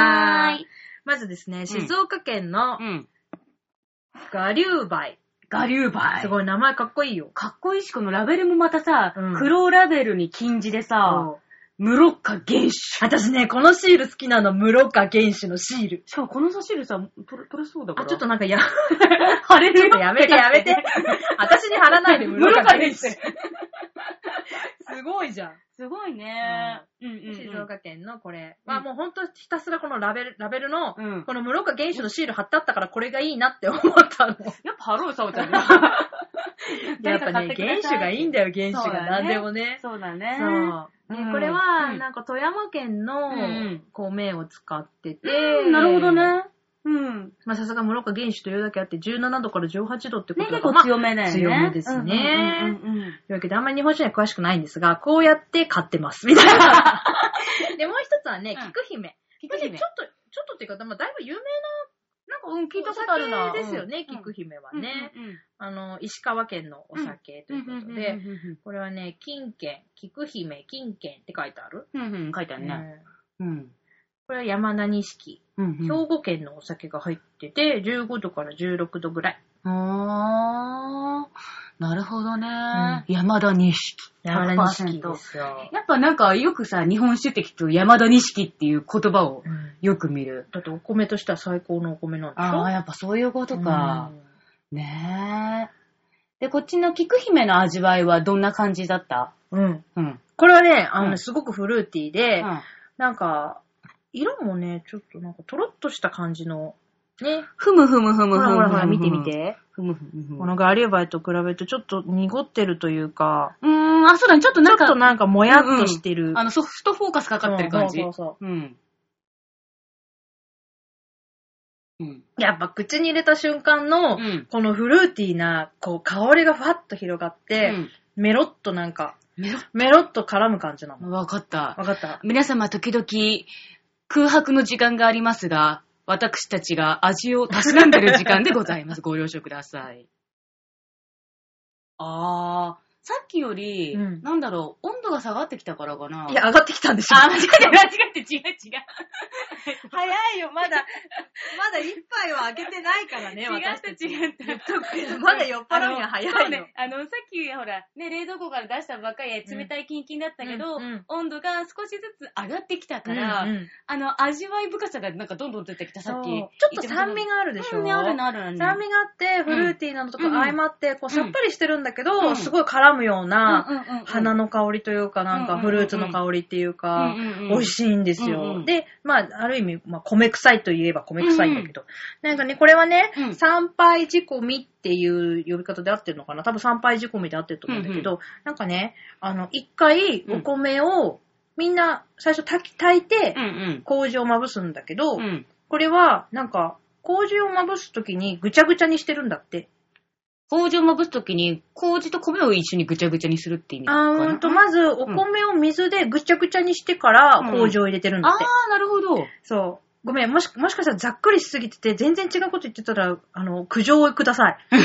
Speaker 1: ー
Speaker 2: ん
Speaker 1: い。
Speaker 2: まずですね、静岡県の
Speaker 1: うん。
Speaker 2: ガリュウバイ。
Speaker 1: ガリューバイ。
Speaker 2: すごい名前かっこいいよ。
Speaker 1: かっこいいし、このラベルもまたさ、
Speaker 2: うん
Speaker 1: 黒ラベルに金字でさ、
Speaker 2: そう
Speaker 1: 無ロッカ原種。し
Speaker 2: 私ね、このシール好きなの、室岡原種のシール。
Speaker 1: かもこの差し入れさ、プラプラスそうだか
Speaker 2: あ、
Speaker 1: ら。
Speaker 2: ちょっとなんかや、
Speaker 1: 貼れる
Speaker 2: ちょっとやめてや めて。私に貼らないで、
Speaker 1: 室
Speaker 2: 室
Speaker 1: 岡
Speaker 2: 岡
Speaker 1: 原
Speaker 2: 原
Speaker 1: 種
Speaker 2: 種。す ごいじゃん。
Speaker 1: すごいね。うんうんうん。
Speaker 2: 静岡県のこれ。
Speaker 1: うん
Speaker 2: まあもうほんとひたすらこのラベル、ラベルの、
Speaker 1: うん
Speaker 2: この室岡原種のシール貼ってあったからこれがいいなって思ったの。
Speaker 1: やっぱ貼ろう、サオち ゃん。
Speaker 2: やっぱね、原種がいいん
Speaker 1: だ
Speaker 2: だよ、原種
Speaker 1: そうだ
Speaker 2: が。
Speaker 1: ね
Speaker 2: 何でもね。
Speaker 1: そうだね。
Speaker 2: そう。
Speaker 1: うん
Speaker 2: ねこれは、
Speaker 1: うん
Speaker 2: なんか富山県
Speaker 1: う
Speaker 2: の
Speaker 1: ん
Speaker 2: 米を使ってて、
Speaker 1: うんなるほど。ね。うん。ね、
Speaker 2: まあさすが室岡原種というだけあって、17度から18度ってことだ
Speaker 1: 結
Speaker 2: か
Speaker 1: 構
Speaker 2: ら、
Speaker 1: 強めだよね。
Speaker 2: 強めですね
Speaker 1: うんうんうんうん
Speaker 2: というわけで、あんまり日本酒には詳しくないんですが、こうやって買ってます。みたいな。 で、もう一つはね、
Speaker 1: うん
Speaker 2: 菊姫。
Speaker 1: 菊姫
Speaker 2: これねちょっと、ちょっとっていうか、まあ、だいぶ有名
Speaker 1: なんか、うん、聞い
Speaker 2: な
Speaker 1: たことあるな。
Speaker 2: お酒ですよね、
Speaker 1: うん
Speaker 2: 菊姫は
Speaker 1: うん
Speaker 2: ね、
Speaker 1: うんうん
Speaker 2: あの、石川県のお酒と
Speaker 1: う
Speaker 2: いう
Speaker 1: ん
Speaker 2: こと
Speaker 1: うん
Speaker 2: で、これはね、金券、菊姫、金券って書いてある、
Speaker 1: うんうん、書いてあるね。
Speaker 2: うん
Speaker 1: うん。
Speaker 2: これは山田錦。
Speaker 1: うんうん。
Speaker 2: 兵庫県のお酒が入ってて、15度から16度ぐらい。
Speaker 1: あー、なるほどね。山田錦。
Speaker 2: 山田錦ですよ。
Speaker 1: やっぱなんかよくさ、日本酒って聞くと山田錦っていう言葉を
Speaker 2: うん
Speaker 1: よく見る。
Speaker 2: だってお米としては最高のお米なんでしょ
Speaker 1: ああ、やっぱそういうことか
Speaker 2: う。ん
Speaker 1: ねえ。で、こっちの菊姫の味わいはどんな感じだった
Speaker 2: うん。
Speaker 1: うん。
Speaker 2: これはね、あの、
Speaker 1: うん
Speaker 2: すごくフルーティーで、
Speaker 1: うん
Speaker 2: なんか、色もね、ちょっとなんかトロッとした感じの、ね、
Speaker 1: ふむふむふむふむ。
Speaker 2: ほらほらほら見て見て。
Speaker 1: ふむふむふむ。
Speaker 2: このガリューバイと比べるとちょっと濁ってるというか、
Speaker 1: うーん、あ、そうだね。ちょっと
Speaker 2: ち
Speaker 1: な
Speaker 2: ょ
Speaker 1: ん
Speaker 2: っと
Speaker 1: か、
Speaker 2: なんかもやっとしてる。
Speaker 1: あの、ソフトフォーカスかかってる感じ。
Speaker 2: そうそうそう
Speaker 1: うん。うん。
Speaker 2: やっぱ口に入れた瞬間
Speaker 1: う
Speaker 2: の、
Speaker 1: ん。
Speaker 2: このフルーティーな、こう、香りがふわっと広がって、メロッとなんか、
Speaker 1: メロ
Speaker 2: メロッと絡む感じなの。
Speaker 1: わかった。
Speaker 2: わかった
Speaker 1: 皆様時々空白の時間がありますが、私たちが味をたしなんでる時間でございます。ご了承ください。あー、さっきより、
Speaker 2: うん
Speaker 1: なんだろう、温度が下がってきたからかな。
Speaker 2: いや、上がってきたんでしょ
Speaker 1: あ、間違って間違って違う違う。
Speaker 2: 早いよ、まだ、まだ一杯は開けてないから ね、
Speaker 1: 違った違った
Speaker 2: た。まだ酔っ払うには早いよ。
Speaker 1: あのそうね、あの、さっき、ほら、ね、冷蔵庫から出したばっかりで冷たいキンキンだったけど、
Speaker 2: うんうん
Speaker 1: 温度が少しずつ上がってきたから、
Speaker 2: うんうん
Speaker 1: あの、味わい深さがなんかどんどん出てきた、さっき。
Speaker 2: そうちょっと酸味
Speaker 1: が
Speaker 2: があるでしょ、
Speaker 1: うんね、あるね、あるね。
Speaker 2: 酸味があって、フルーティーなのとか
Speaker 1: うん
Speaker 2: 相まって、こう、さっぱりしてるんだけど、
Speaker 1: うん
Speaker 2: すごい絡むような、
Speaker 1: うんうんうん、
Speaker 2: 花の香りというか、なん
Speaker 1: う
Speaker 2: か、
Speaker 1: ん
Speaker 2: フルーツの香りっていうか、美味
Speaker 1: い。
Speaker 2: しいんですよ。
Speaker 1: うんうん
Speaker 2: で、まあ、ある意味、まあ、米臭いといえば米臭いんだけど、なんかね、これはね、
Speaker 1: うん
Speaker 2: 参拝仕込みっていう呼び方で合ってるのかな多分参拝仕込みで合ってると思うんだけど、なんかね、あの、一回お米を、みんな最初炊き、炊いて
Speaker 1: う、んうん。
Speaker 2: 麹をまぶすんだけど、
Speaker 1: うん
Speaker 2: これは、なんか、麹をまぶすときにぐちゃぐちゃにしてるんだって。
Speaker 1: 麹をまぶすときに、麹と米を一緒にぐちゃぐちゃにするって意味か
Speaker 2: あ
Speaker 1: な。
Speaker 2: ーうんと、まず、お米を水でぐちゃぐちゃにしてから
Speaker 1: うん
Speaker 2: 麹を入れてるんだ
Speaker 1: あ
Speaker 2: って。
Speaker 1: ー、なるほど。
Speaker 2: そう。ごめん、もし、もしかしたらざっくりしすぎてて、全然違うこと言ってたら、あの、苦情をくださ い。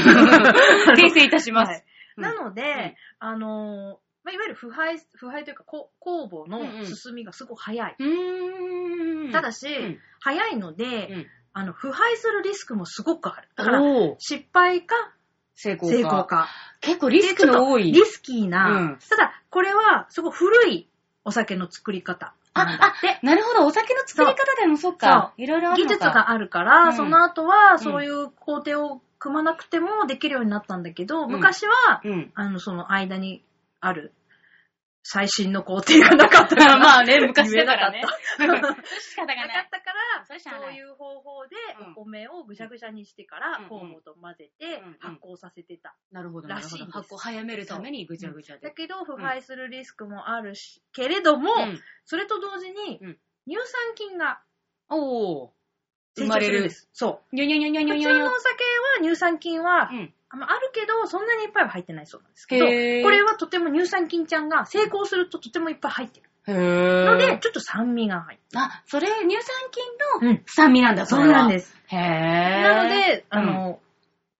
Speaker 1: 訂正いたします。
Speaker 2: はい
Speaker 1: うん
Speaker 2: なので、
Speaker 1: ん
Speaker 2: あのー、まあ、いわゆる腐敗、腐敗というか、こ酵母
Speaker 1: うんう
Speaker 2: の
Speaker 1: ん
Speaker 2: 進みがすごい早い。
Speaker 1: うーん。
Speaker 2: ただし、
Speaker 1: うん
Speaker 2: 早いので、
Speaker 1: うん
Speaker 2: あの、腐敗するリスクもすごくある。だから、
Speaker 1: おー
Speaker 2: 失敗か
Speaker 1: 成功か。
Speaker 2: 成功か。
Speaker 1: 結構リスクの多い。
Speaker 2: リスキーな、
Speaker 1: うん
Speaker 2: ただ、これは、すごい古いお酒の作り方。
Speaker 1: あ、あ、なるほど。お酒の作り方でもそっか。いろいろある
Speaker 2: 技
Speaker 1: のか。
Speaker 2: 術があるから、
Speaker 1: うん
Speaker 2: その後は、そういう工程を組まなくてもできるようになったんだけど、
Speaker 1: ん
Speaker 2: 昔は、
Speaker 1: うん。
Speaker 2: あの、その間にある、最新の工程がなかったか ら。
Speaker 1: まあね、昔だからね。
Speaker 2: 言えなかっ
Speaker 1: 仕方
Speaker 2: た。
Speaker 1: が
Speaker 2: なか
Speaker 1: な
Speaker 2: っ
Speaker 1: い。
Speaker 2: たから、
Speaker 1: それしゃあ
Speaker 2: そう
Speaker 1: ない。
Speaker 2: いう方法で
Speaker 1: うん
Speaker 2: お米をぐしゃぐしゃにしてか
Speaker 1: うん
Speaker 2: ら酵母と混ぜて
Speaker 1: うん
Speaker 2: 発酵させてた。
Speaker 1: なるほど、なるほ
Speaker 2: らしい
Speaker 1: ど。
Speaker 2: です
Speaker 1: 発酵早めるためにぐちゃぐちゃ
Speaker 2: だ
Speaker 1: で。
Speaker 2: けど腐敗するリスクもあるし、けれども、
Speaker 1: うん。
Speaker 2: それと同時に
Speaker 1: うん
Speaker 2: 乳酸菌が
Speaker 1: おお。生
Speaker 2: 成
Speaker 1: ま
Speaker 2: 長
Speaker 1: れ
Speaker 2: する
Speaker 1: る
Speaker 2: んで。す。そう。
Speaker 1: にょにょにょにょにょ
Speaker 2: 普
Speaker 1: に
Speaker 2: 通
Speaker 1: ょに
Speaker 2: の
Speaker 1: ょ
Speaker 2: お。酒は乳酸菌は、
Speaker 1: うん。
Speaker 2: あまああるけど、そんなにいっぱいは入ってないそうなんですけど、
Speaker 1: へー
Speaker 2: これはとても乳酸菌ちゃんが成功するととてもいっぱい入ってる。
Speaker 1: へ
Speaker 2: ので、
Speaker 1: ー。
Speaker 2: ちょっと酸味が入って
Speaker 1: あ、それ、乳酸菌
Speaker 2: う
Speaker 1: の
Speaker 2: ん
Speaker 1: 酸味なんだ、
Speaker 2: る。そうなん
Speaker 1: す。
Speaker 2: です。
Speaker 1: へー。
Speaker 2: なの、で、あの、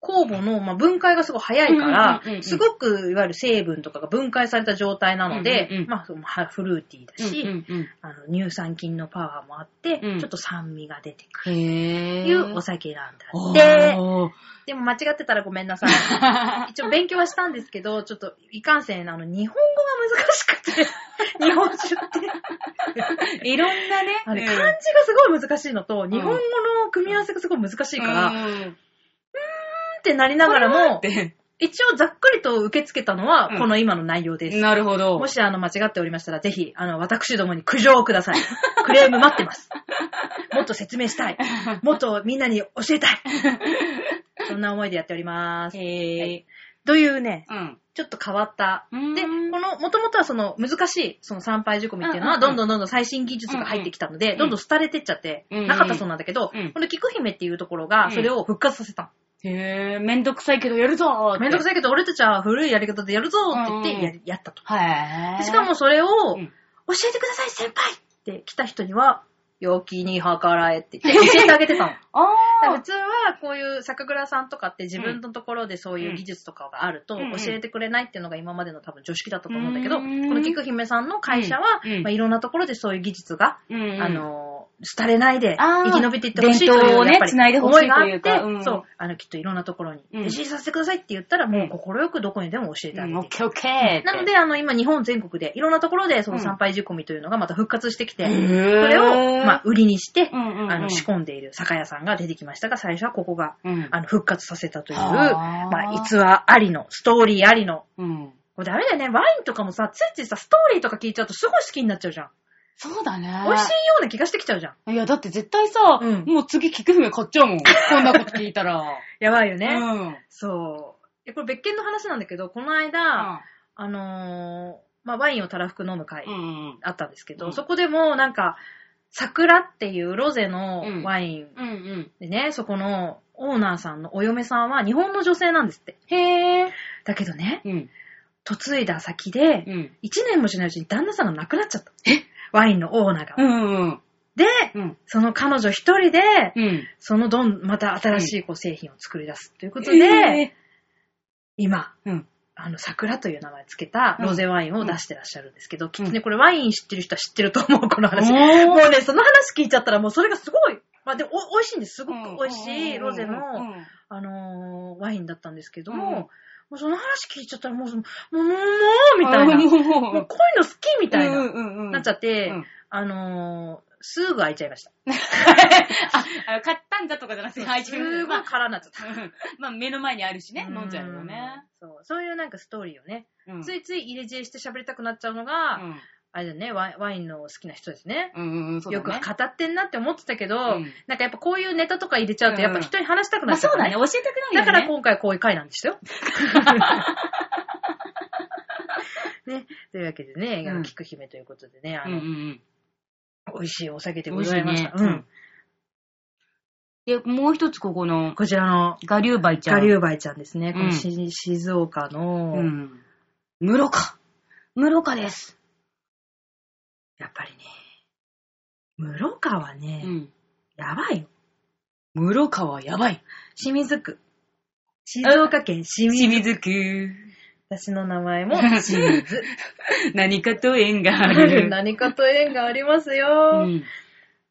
Speaker 2: 酵母の、まあ、分解がすごい早いから
Speaker 1: うんうんうんう、ん
Speaker 2: すごくいわゆる成分とかが分解された状態なので
Speaker 1: うんうんう、ん
Speaker 2: まあその、はフルーティーだし、
Speaker 1: うんうん
Speaker 2: あの乳酸菌のパワーもあって、
Speaker 1: うん
Speaker 2: ちょっと酸味が出てく
Speaker 1: うん。
Speaker 2: る
Speaker 1: へ
Speaker 2: と
Speaker 1: ー。
Speaker 2: いうお酒なんだ
Speaker 1: お
Speaker 2: っ
Speaker 1: ー
Speaker 2: て。でも間違ってたらごめんなさい。一応勉強はしたんですけど、ちょっといかんせん、あの、日本語が難しく て、日本酒って。
Speaker 1: いろんなね、
Speaker 2: あれ、
Speaker 1: うん
Speaker 2: 漢字がすごい難しいのと、日本語の組み合わせがすごい難しいから、うん
Speaker 1: うん
Speaker 2: ってなりながらも、
Speaker 1: で
Speaker 2: 一応ざっくりと受け付けたのは
Speaker 1: う、ん
Speaker 2: この今の内容です。
Speaker 1: なるほど
Speaker 2: も。しあの間違っておりましたら、ぜひ、あの、私どもに苦情をく ださい。クレーム待ってます。もっと説明したい。 もっとみんなに教えたい。そんな思いでやっております。
Speaker 1: へー。
Speaker 2: というね、
Speaker 1: うん。
Speaker 2: ちょっと変わった。
Speaker 1: うーん
Speaker 2: で、この、もともとはその難しい、その参拝仕込みっていうの
Speaker 1: う
Speaker 2: は、
Speaker 1: んうん
Speaker 2: ど
Speaker 1: うん
Speaker 2: んどんどんどん最新技術が入ってきたの
Speaker 1: う
Speaker 2: で、
Speaker 1: ん
Speaker 2: どんどん廃れてっちゃって、
Speaker 1: うんうん
Speaker 2: なかったそうなんだけど、
Speaker 1: うん
Speaker 2: この菊姫っていうところが、それを復活させた。
Speaker 1: へー、めんどくさいけどやるぞーって。
Speaker 2: めんどく
Speaker 1: さい。
Speaker 2: さいけど、俺たちは古いやり方でやるぞって言って
Speaker 1: うんうん
Speaker 2: や、やったと。
Speaker 1: は
Speaker 2: で
Speaker 1: い。
Speaker 2: しか、もそれを、
Speaker 1: うん
Speaker 2: 教えてください、先輩って来た人には、陽気に計らえって言 って教えてあげてたの。だ
Speaker 1: あ
Speaker 2: から
Speaker 1: ー
Speaker 2: 普通はこういう酒蔵さんとかって自分のところでそういう技術とかがあると
Speaker 1: うん
Speaker 2: 教えてくれないっていうのが今までの多分常識だったと思うんだけど、
Speaker 1: う
Speaker 2: こ
Speaker 1: ん
Speaker 2: の菊姫さんの会社は、
Speaker 1: うんうん
Speaker 2: まあ、いろんなところでそういう技術が、
Speaker 1: うんうん
Speaker 2: あの、廃れないで
Speaker 1: あー
Speaker 2: 生き延びていってほしいという
Speaker 1: 伝統をね
Speaker 2: やっぱり
Speaker 1: 繋いでほしい
Speaker 2: 思いがあ
Speaker 1: とい
Speaker 2: っ
Speaker 1: うか
Speaker 2: て、
Speaker 1: うん
Speaker 2: そう、あの、きっといろんなところに、
Speaker 1: うん
Speaker 2: 弟子入りさせてくださいって言ったら、も
Speaker 1: うん
Speaker 2: う快くどこにでも教えてあ
Speaker 1: う
Speaker 2: げ
Speaker 1: んオッ
Speaker 2: て
Speaker 1: ケーオッケーって。
Speaker 2: なので、あの、今、日本全国で、いろんなところで、その
Speaker 1: うん
Speaker 2: 参拝仕込みというのがまた復活してきて、
Speaker 1: へ
Speaker 2: そ
Speaker 1: ー、そ
Speaker 2: れを、まあ、売りにして、
Speaker 1: うんうんうん
Speaker 2: あの、仕込んでいる酒屋さんが出てきましたが、最初はここが、
Speaker 1: うん
Speaker 2: あの、復活させたという、
Speaker 1: はあ
Speaker 2: まあ、逸話ありの、ストーリーありの、
Speaker 1: うん。
Speaker 2: これあれだよね、ワインとかもさ、ついついさ、ストーリーとか聞いちゃうとすごい好きになっちゃうじゃん。
Speaker 1: そうだね。
Speaker 2: 美味しいような気がしてきちゃうじゃん。
Speaker 1: い。いや、だって絶対さ、
Speaker 2: うん
Speaker 1: もう次、菊姫買っちゃ うもん。こんなこと聞いたら。
Speaker 2: やばいよね。
Speaker 1: うん。
Speaker 2: そう。え、これ別件の話なんだけど、この間、あのーまあ、ワインをたらふく飲む会
Speaker 1: うん。
Speaker 2: あったんですけど、
Speaker 1: うん
Speaker 2: そこでもなんか、桜っていうロゼのワイン
Speaker 1: うんうん。
Speaker 2: でね、そこのオーナーさんのお嫁さんは日本の女性なんですって。
Speaker 1: へぇー。
Speaker 2: だけどね、
Speaker 1: うん。
Speaker 2: 嫁いだ先で、
Speaker 1: うん。
Speaker 2: 1年もしないうちに旦那さんが亡くなっちゃった。ワインのオーナーが。
Speaker 1: うん。
Speaker 2: で、
Speaker 1: うん。
Speaker 2: その彼女一人で、
Speaker 1: うん。
Speaker 2: そのどん、また新しいこう製品を作り出すということで、
Speaker 1: え
Speaker 2: 今、
Speaker 1: ーうん。
Speaker 2: あの、桜という名前つけたロゼワインを出してらっしゃるんですけど、きっと
Speaker 1: う
Speaker 2: ね、これワイン知ってる人は知ってると思う、この話。
Speaker 1: お
Speaker 2: も
Speaker 1: ー
Speaker 2: うね、その話聞いちゃったらもうそれがすごい、まあでもお美味しいんです。すごく美味しいロゼの、あのーワインだったんですけども、
Speaker 1: うん
Speaker 2: もうその話聞いちゃったらもうその、もう、もう、もうみたいな。 もう
Speaker 1: な
Speaker 2: こういうの好きみたいな、
Speaker 1: うんうんうん。
Speaker 2: なっちゃ
Speaker 1: っ
Speaker 2: って、
Speaker 1: うん
Speaker 2: あのーすぐ開いちゃいました。
Speaker 1: あ、買ったんだとかじゃなくて、配
Speaker 2: す
Speaker 1: 信
Speaker 2: ぐ
Speaker 1: まあ
Speaker 2: 空になっちゃった。
Speaker 1: まあ、目の前にあるしね、飲んじゃうよね。
Speaker 2: うん。そう、そういうなんかストーリーをね、
Speaker 1: うん
Speaker 2: ついつい入れ知恵して喋りたくなっちゃうのが、あれだよねワイン、ワインの好きな人ですね。
Speaker 1: うんうんうん、そうだ
Speaker 2: よ
Speaker 1: ね
Speaker 2: く語ってんなって思ってたけど、
Speaker 1: うん
Speaker 2: なんかやっぱこういうネタとか入れちゃうと、やっぱ人に話したく
Speaker 1: ま
Speaker 2: な
Speaker 1: あ
Speaker 2: っちゃ
Speaker 1: そうう
Speaker 2: から
Speaker 1: だ
Speaker 2: ね
Speaker 1: ね、教えてくれ
Speaker 2: だ
Speaker 1: るよね。
Speaker 2: から今回こういう回なんです よ。ね、というわけでね、あ
Speaker 1: う
Speaker 2: の
Speaker 1: ん
Speaker 2: 菊姫ということでね、あ
Speaker 1: うん
Speaker 2: の、
Speaker 1: うんうん。
Speaker 2: 美味しいお酒
Speaker 1: で
Speaker 2: でございました。うん。。
Speaker 1: で、もう一つここの、
Speaker 2: こちらの、
Speaker 1: ガリュウバイちゃん。
Speaker 2: ガリュウバイちゃんですね。こ
Speaker 1: うん
Speaker 2: のし静岡の、
Speaker 1: うん。室か。室かです。
Speaker 2: やっぱりね、室川ね、
Speaker 1: ん。
Speaker 2: やばいよ。
Speaker 1: 室川やばい。
Speaker 2: 清水区。静岡県清
Speaker 1: 清
Speaker 2: 水。
Speaker 1: 水区。
Speaker 2: 私の名 前も清水。
Speaker 1: 何かと縁があ
Speaker 2: あ
Speaker 1: る
Speaker 2: る。何かと縁があります
Speaker 1: う
Speaker 2: よ。
Speaker 1: ん。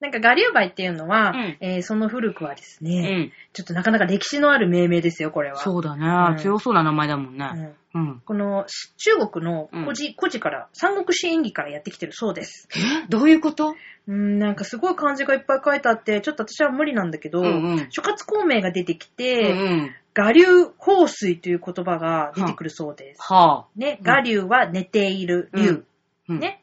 Speaker 2: なんか、ガリュウバイっていうのは、
Speaker 1: うん
Speaker 2: えーその古くはです
Speaker 1: う
Speaker 2: ね、
Speaker 1: ん。
Speaker 2: ちょっとなかなか歴史のある命名ですよ、これは。
Speaker 1: そうだ
Speaker 2: うん
Speaker 1: ね。強そうな名前だもん
Speaker 2: う
Speaker 1: ね。
Speaker 2: ん
Speaker 1: うん。
Speaker 2: このし中国の
Speaker 1: うん
Speaker 2: 古事,、古事から、三国志演義からやってきてるそうです。
Speaker 1: えどういうこと
Speaker 2: うん、なんかすごい漢字がいっぱい書いてあって、ちょっと私は無理なんだけど、
Speaker 1: うんうん
Speaker 2: 諸葛孔明が出てき
Speaker 1: う
Speaker 2: て、
Speaker 1: ん。
Speaker 2: 我流香水という言葉が出てくるそうです。
Speaker 1: は
Speaker 2: ね、
Speaker 1: うん
Speaker 2: 我流は寝ている
Speaker 1: うん
Speaker 2: 竜、
Speaker 1: あ。うん。
Speaker 2: ね。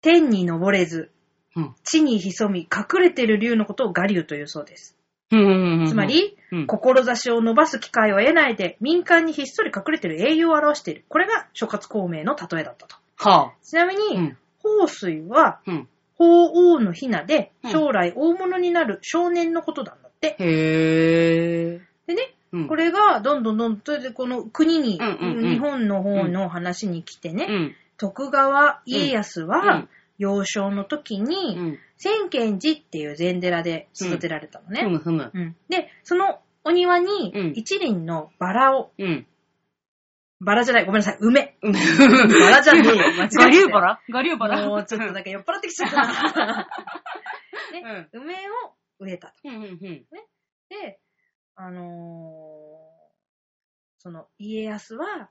Speaker 2: 天に昇れず、
Speaker 1: うん。
Speaker 2: 地に潜み隠れている竜のことを我竜というそうです。
Speaker 1: うん。
Speaker 2: つま、り、
Speaker 1: うん
Speaker 2: 志を伸ばす機会を得ないで、民間にひっそり隠れている英雄を表している。これが諸葛孔明の例えだったと。
Speaker 1: は
Speaker 2: ちなみ
Speaker 1: あ。
Speaker 2: に、
Speaker 1: うん。
Speaker 2: 宝水は、
Speaker 1: うん。
Speaker 2: 鳳凰のひなで、
Speaker 1: うん
Speaker 2: 将来大物になる少年のことなんだって。
Speaker 1: へえ。
Speaker 2: でね、
Speaker 1: うん。
Speaker 2: こ
Speaker 1: れ、
Speaker 2: れがどんどんどんどん、それでこの国に、
Speaker 1: うんうんうん
Speaker 2: 日本の方の話に来てね、
Speaker 1: うん。
Speaker 2: 徳川家康は、
Speaker 1: うん
Speaker 2: 幼少の時
Speaker 1: う
Speaker 2: に、
Speaker 1: ん。
Speaker 2: 千軒寺っていう禅寺で育てられたの
Speaker 1: ふ
Speaker 2: ね。
Speaker 1: むふむ。
Speaker 2: うんで、そのお庭に
Speaker 1: うん
Speaker 2: 一輪のバラを、
Speaker 1: うん。
Speaker 2: バラじゃない、ごめんなさい、梅。
Speaker 1: バ
Speaker 2: バラじゃねえよ、間違え た
Speaker 1: ガリューバラガリューバラ
Speaker 2: もうちょっとだけ酔っ払ってきち ゃった。ね、梅を植えたと。
Speaker 1: うん。うん。うん。
Speaker 2: で、あのーその家康は、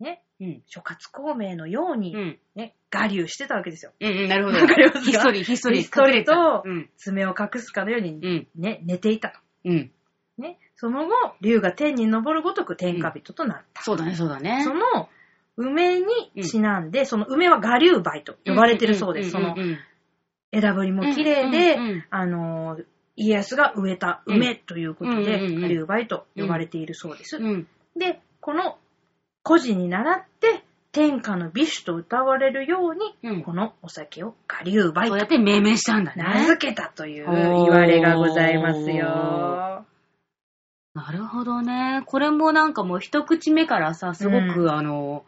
Speaker 2: ね、
Speaker 1: うん。
Speaker 2: 諸葛孔明のよう
Speaker 1: う
Speaker 2: に、
Speaker 1: ん。
Speaker 2: ね、我流してたわけですよ。
Speaker 1: うん。なるほど。
Speaker 2: わかりますか
Speaker 1: ひっそり、ひっそり。
Speaker 2: ひっそりと
Speaker 1: 隠れたうん。
Speaker 2: 爪を隠すかのように、
Speaker 1: うん。
Speaker 2: ね、寝ていたと。
Speaker 1: うん。
Speaker 2: ね、その後、竜が天に昇るごとく天下人となった。
Speaker 1: そうだね、そうだね。
Speaker 2: その、梅にちなんで、その梅は我流梅と呼ばれてるそうです。その、枝ぶりも綺麗で、
Speaker 1: で、
Speaker 2: あのー家康が植えた梅というこ
Speaker 1: うん
Speaker 2: とで、
Speaker 1: うんうんうん
Speaker 2: 我流梅と呼ばれているそうです。
Speaker 1: うん。
Speaker 2: で、この孤児に習って、天下の美酒と歌われるように、
Speaker 1: うん
Speaker 2: このお酒を下流梅
Speaker 1: そうや
Speaker 2: と
Speaker 1: って命名したんだ
Speaker 2: 名
Speaker 1: ね。
Speaker 2: 付けたという
Speaker 1: ほう
Speaker 2: 言われがございますよ。
Speaker 1: なるほどね。これもなんかもう一口目からさ、すご
Speaker 2: う
Speaker 1: くあの、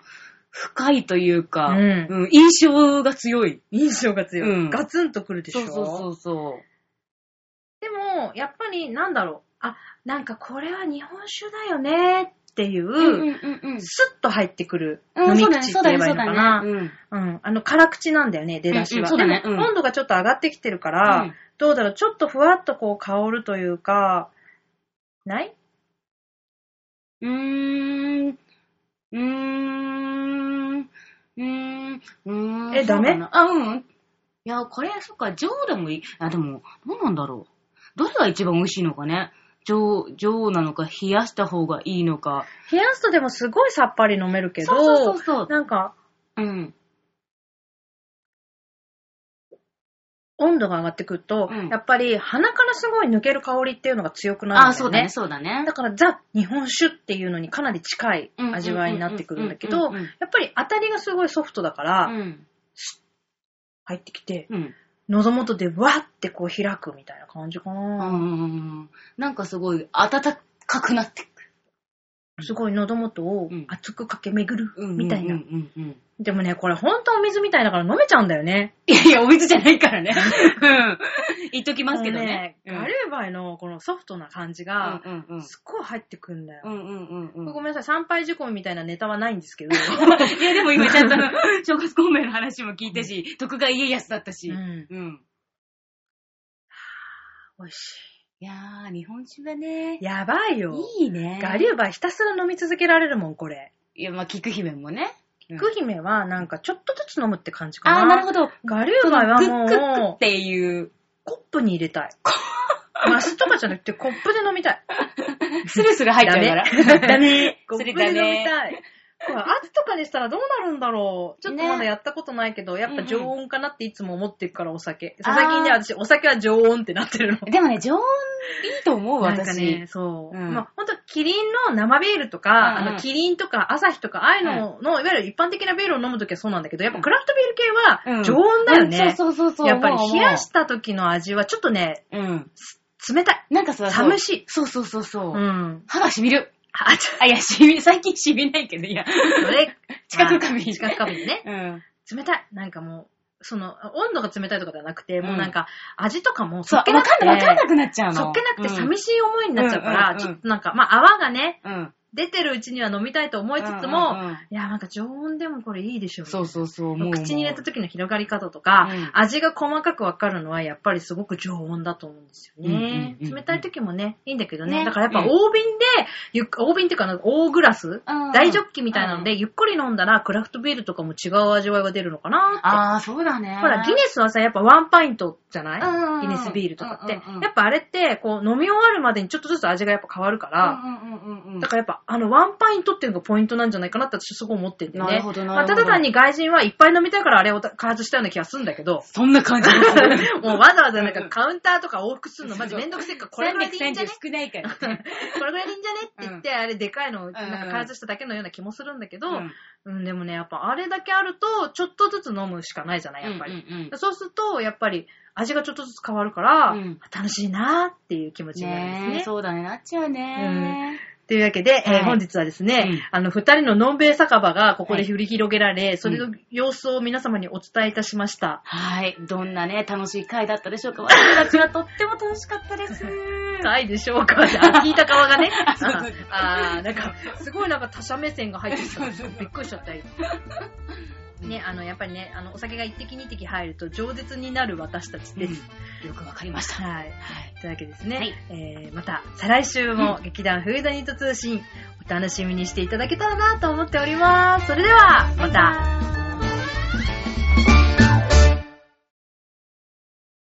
Speaker 1: 深いというか、
Speaker 2: うん
Speaker 1: うん印象が強い。
Speaker 2: 印象が強い、
Speaker 1: うん
Speaker 2: ガツンとくるでし
Speaker 1: そ
Speaker 2: ょ
Speaker 1: うそうそうそ
Speaker 2: でも、やっぱりなんだろう。あ、なんかこれは日本酒だよねっていう、
Speaker 1: う。うんうんうん
Speaker 2: スッと入ってくる
Speaker 1: う
Speaker 2: 飲
Speaker 1: ん。
Speaker 2: み
Speaker 1: そうだね、
Speaker 2: 口って
Speaker 1: そうだ
Speaker 2: 言え
Speaker 1: ね、そ
Speaker 2: ばいいうのか
Speaker 1: だ
Speaker 2: な。
Speaker 1: ね。うん
Speaker 2: うん、あの、辛口なんだよね、出だし
Speaker 1: うんう
Speaker 2: は。
Speaker 1: んそうだね
Speaker 2: で
Speaker 1: うん
Speaker 2: も、温度がちょっと上がってきてるから、
Speaker 1: うん
Speaker 2: どうだろう、ちょっとふわっとこう香るというか、ない。
Speaker 1: うーん。うーん。うーん。うーん。
Speaker 2: えダメ
Speaker 1: そうだなあ、うん。いや、これ、そっか、上でもいい。あ、でも、どうなんだろう。どれが一番美味しいのかね。上、上なのか、冷やした方がいいのか。
Speaker 2: 冷やすとでもすごいさっぱり飲めるけど、
Speaker 1: そうそうそうそう。
Speaker 2: なんか、
Speaker 1: うん。
Speaker 2: 温度が上がってくると、
Speaker 1: うん
Speaker 2: やっぱり鼻からすごい抜ける香りっていうのが強くなる
Speaker 1: あ、
Speaker 2: んだよね。
Speaker 1: そうだね、そうだね
Speaker 2: だ。からザ・日本酒っていうのにかなり近い味わいになってくるんだけど、
Speaker 1: うんうんうんうんうん
Speaker 2: やっぱり当たりがすごいソフトだから、
Speaker 1: うん。
Speaker 2: 入ってきて、
Speaker 1: うん。
Speaker 2: 喉元でわってこう開くみたいな感じか
Speaker 1: う
Speaker 2: な。
Speaker 1: ん。なんかすごい、暖かくなってく
Speaker 2: すごい喉元を
Speaker 1: うん
Speaker 2: 熱く駆け巡
Speaker 1: る
Speaker 2: るみたいな。
Speaker 1: うんうんうんうん。
Speaker 2: でもね、これほんとお水みたいだから飲めちゃうんだよね。
Speaker 1: いやいや、お水じゃないからね。うん。言っときますけどね。
Speaker 2: もうガルーバイのこのソフトな感じが、
Speaker 1: うんうんうん。
Speaker 2: すっごい入ってくんだよ。
Speaker 1: うんうんうん
Speaker 2: ご
Speaker 1: う
Speaker 2: めんなさい、参拝仕込みみたいなネタはないんです けど。
Speaker 1: ん。いや、でも今ちゃんと、諸葛孔明の話も聞いたし、徳川家康だったし。
Speaker 2: うん
Speaker 1: うん。
Speaker 2: 美味し
Speaker 1: いやー、日本酒がね
Speaker 2: い。、やばいよ。
Speaker 1: いいね。
Speaker 2: ガリューバイひたすら飲み続けられるもん、これ。
Speaker 1: いや、まあ、菊姫もね。うん
Speaker 2: 菊姫はなんかちょっとずつ飲むって感じかな。
Speaker 1: あー、なるほど。
Speaker 2: ガリューバイは
Speaker 1: グッグッグッっ
Speaker 2: もう、
Speaker 1: ていう。
Speaker 2: コップに入れ たい。マスとかじゃなくてコップで飲みたい。
Speaker 1: スルスル入っちゃうから。
Speaker 2: ダ メ。コ
Speaker 1: そ
Speaker 2: ップで
Speaker 1: れ
Speaker 2: 飲みた
Speaker 1: ダメ。
Speaker 2: い。これ、圧とかにしたらどうなるんだろう。ちょっとまだ
Speaker 1: ね
Speaker 2: やったことないけど、やっ
Speaker 1: うんう
Speaker 2: ぱ
Speaker 1: ん
Speaker 2: 常温かなっていつも思ってるから、お酒。
Speaker 1: あー
Speaker 2: 最近ね、私、お酒は常温ってなってるの。
Speaker 1: でもね、常温いいと思う、
Speaker 2: なん
Speaker 1: 私。
Speaker 2: かね、そう。
Speaker 1: うん
Speaker 2: まあ、ほんと、キリンの生ビールとか、
Speaker 1: うんうん
Speaker 2: あの、キリンとか、アサヒとか、ああいうのの、いわゆる一般的なビールを飲むときはそうなんだけど、やっぱクラフトビール系
Speaker 1: うん
Speaker 2: は、常温だよね。
Speaker 1: うんそうそうそうそう。
Speaker 2: やっぱり
Speaker 1: 思う
Speaker 2: 冷やし。た時の味はちょっとね、
Speaker 1: 思ううん。
Speaker 2: 冷たい。
Speaker 1: なんかさ、
Speaker 2: 寒しい。
Speaker 1: そうそうそうそうう。
Speaker 2: ん。
Speaker 1: 歯が染みる。
Speaker 2: あ、ちょ
Speaker 1: あ、いや、染み、最近染みないけど、いや。。
Speaker 2: っとね
Speaker 1: 近く髪
Speaker 2: まあ近く髪ね。
Speaker 1: うん。
Speaker 2: 冷たい。なんかもう、その、温度が冷たいとかではなくて、
Speaker 1: ん
Speaker 2: もうなんか、味とかも
Speaker 1: そ、
Speaker 2: そうっ
Speaker 1: わか
Speaker 2: け
Speaker 1: んな
Speaker 2: なく
Speaker 1: い、
Speaker 2: て、
Speaker 1: わかんなくなっちゃうの。
Speaker 2: そっけなくて
Speaker 1: し
Speaker 2: 寂しい思いになっちゃうか
Speaker 1: う
Speaker 2: ら、
Speaker 1: ん
Speaker 2: ちょっとなんか、まあ、泡がね、
Speaker 1: い。うん。
Speaker 2: 出てるうちには飲みたいと思いつつも、
Speaker 1: うんうんうん
Speaker 2: いや、なんか常温でもこれいいでしょ。
Speaker 1: そうそうそう。もう
Speaker 2: 口に入れた時の広がり方とか、
Speaker 1: うん
Speaker 2: 味が細かくわかるのはやっぱりすごく常温だと思うんですよ
Speaker 1: う
Speaker 2: ね。
Speaker 1: んうんうんうん
Speaker 2: 冷たい時もね、いいんだけどね。
Speaker 1: ね
Speaker 2: だからやっぱ大瓶で、ゆっ大瓶っていうか、大グラス、
Speaker 1: うん
Speaker 2: 大ジョッキみたいなので、ゆっくり飲んだらクラフトビールとかも違う味わいが出るのかなって。
Speaker 1: あー、そうだね。
Speaker 2: ほら、ギネスはさ、やっぱワンパイントじゃない、
Speaker 1: うんうん
Speaker 2: ギネスビールとかって。
Speaker 1: うんうんうん
Speaker 2: やっぱあれって、こう、飲み終わるまでにちょっとずつ味がやっぱ変わるから、
Speaker 1: うんうんうんうんうん。
Speaker 2: だからやっぱあの、ワンパイン取ってるのがポイントなんじゃないかなって私すごい思ってんだよね。
Speaker 1: なるほどなる
Speaker 2: ま
Speaker 1: ほ
Speaker 2: あ、
Speaker 1: ど
Speaker 2: ただ単に外人はいっぱい飲みたいからあれを開発したような気がするんだけど、
Speaker 1: そんな 感じの。
Speaker 2: もうわざわざなんかカウンターとか往復するのマジめんどくせえから、これぐらいでいいんじゃ
Speaker 1: 330
Speaker 2: ね
Speaker 1: 少ないから。
Speaker 2: これぐらいでいいんじゃねって言って、あれでかいのをなんか開発しただけのような気もするんだけど、
Speaker 1: うん
Speaker 2: うん、でもね、やっぱあれだけあると、ちょっとずつ飲むしかないじゃない、やっぱり。
Speaker 1: うんうんうん
Speaker 2: そうすると、やっぱり味がちょっとずつ変わるから、
Speaker 1: うん
Speaker 2: 楽しいなーっていう気持ちになるんですね。
Speaker 1: ねえ、そうだね、なっちゃうね。
Speaker 2: というわけで、えー
Speaker 1: はい
Speaker 2: 本日はですね、
Speaker 1: うん
Speaker 2: あの、二人ののんべい酒場がここで振り広げられ、それの様子を皆様にお伝えいたしました。
Speaker 1: はい。どんなね、楽しい回だったでしょうか。私たちはとっても楽しかった です。
Speaker 2: ないでしょうか あ聞いた側 がね。
Speaker 1: そうそう
Speaker 2: ああー、なんか、すごいなんか他者目線が入ってき
Speaker 1: そ
Speaker 2: た。び
Speaker 1: うそう
Speaker 2: っくりしちゃったよ。ね、あの、やっぱりね、あの、お酒が一滴二滴入ると、饒舌になる私たち
Speaker 1: で
Speaker 2: ですす。
Speaker 1: よくわかりました。
Speaker 2: は
Speaker 1: は
Speaker 2: い。
Speaker 1: い。
Speaker 2: というわけですね。
Speaker 1: はい
Speaker 2: えー、また、再来週も劇団フーダニット通信、お楽しみにしていただけたらなと思っております。それでは、また。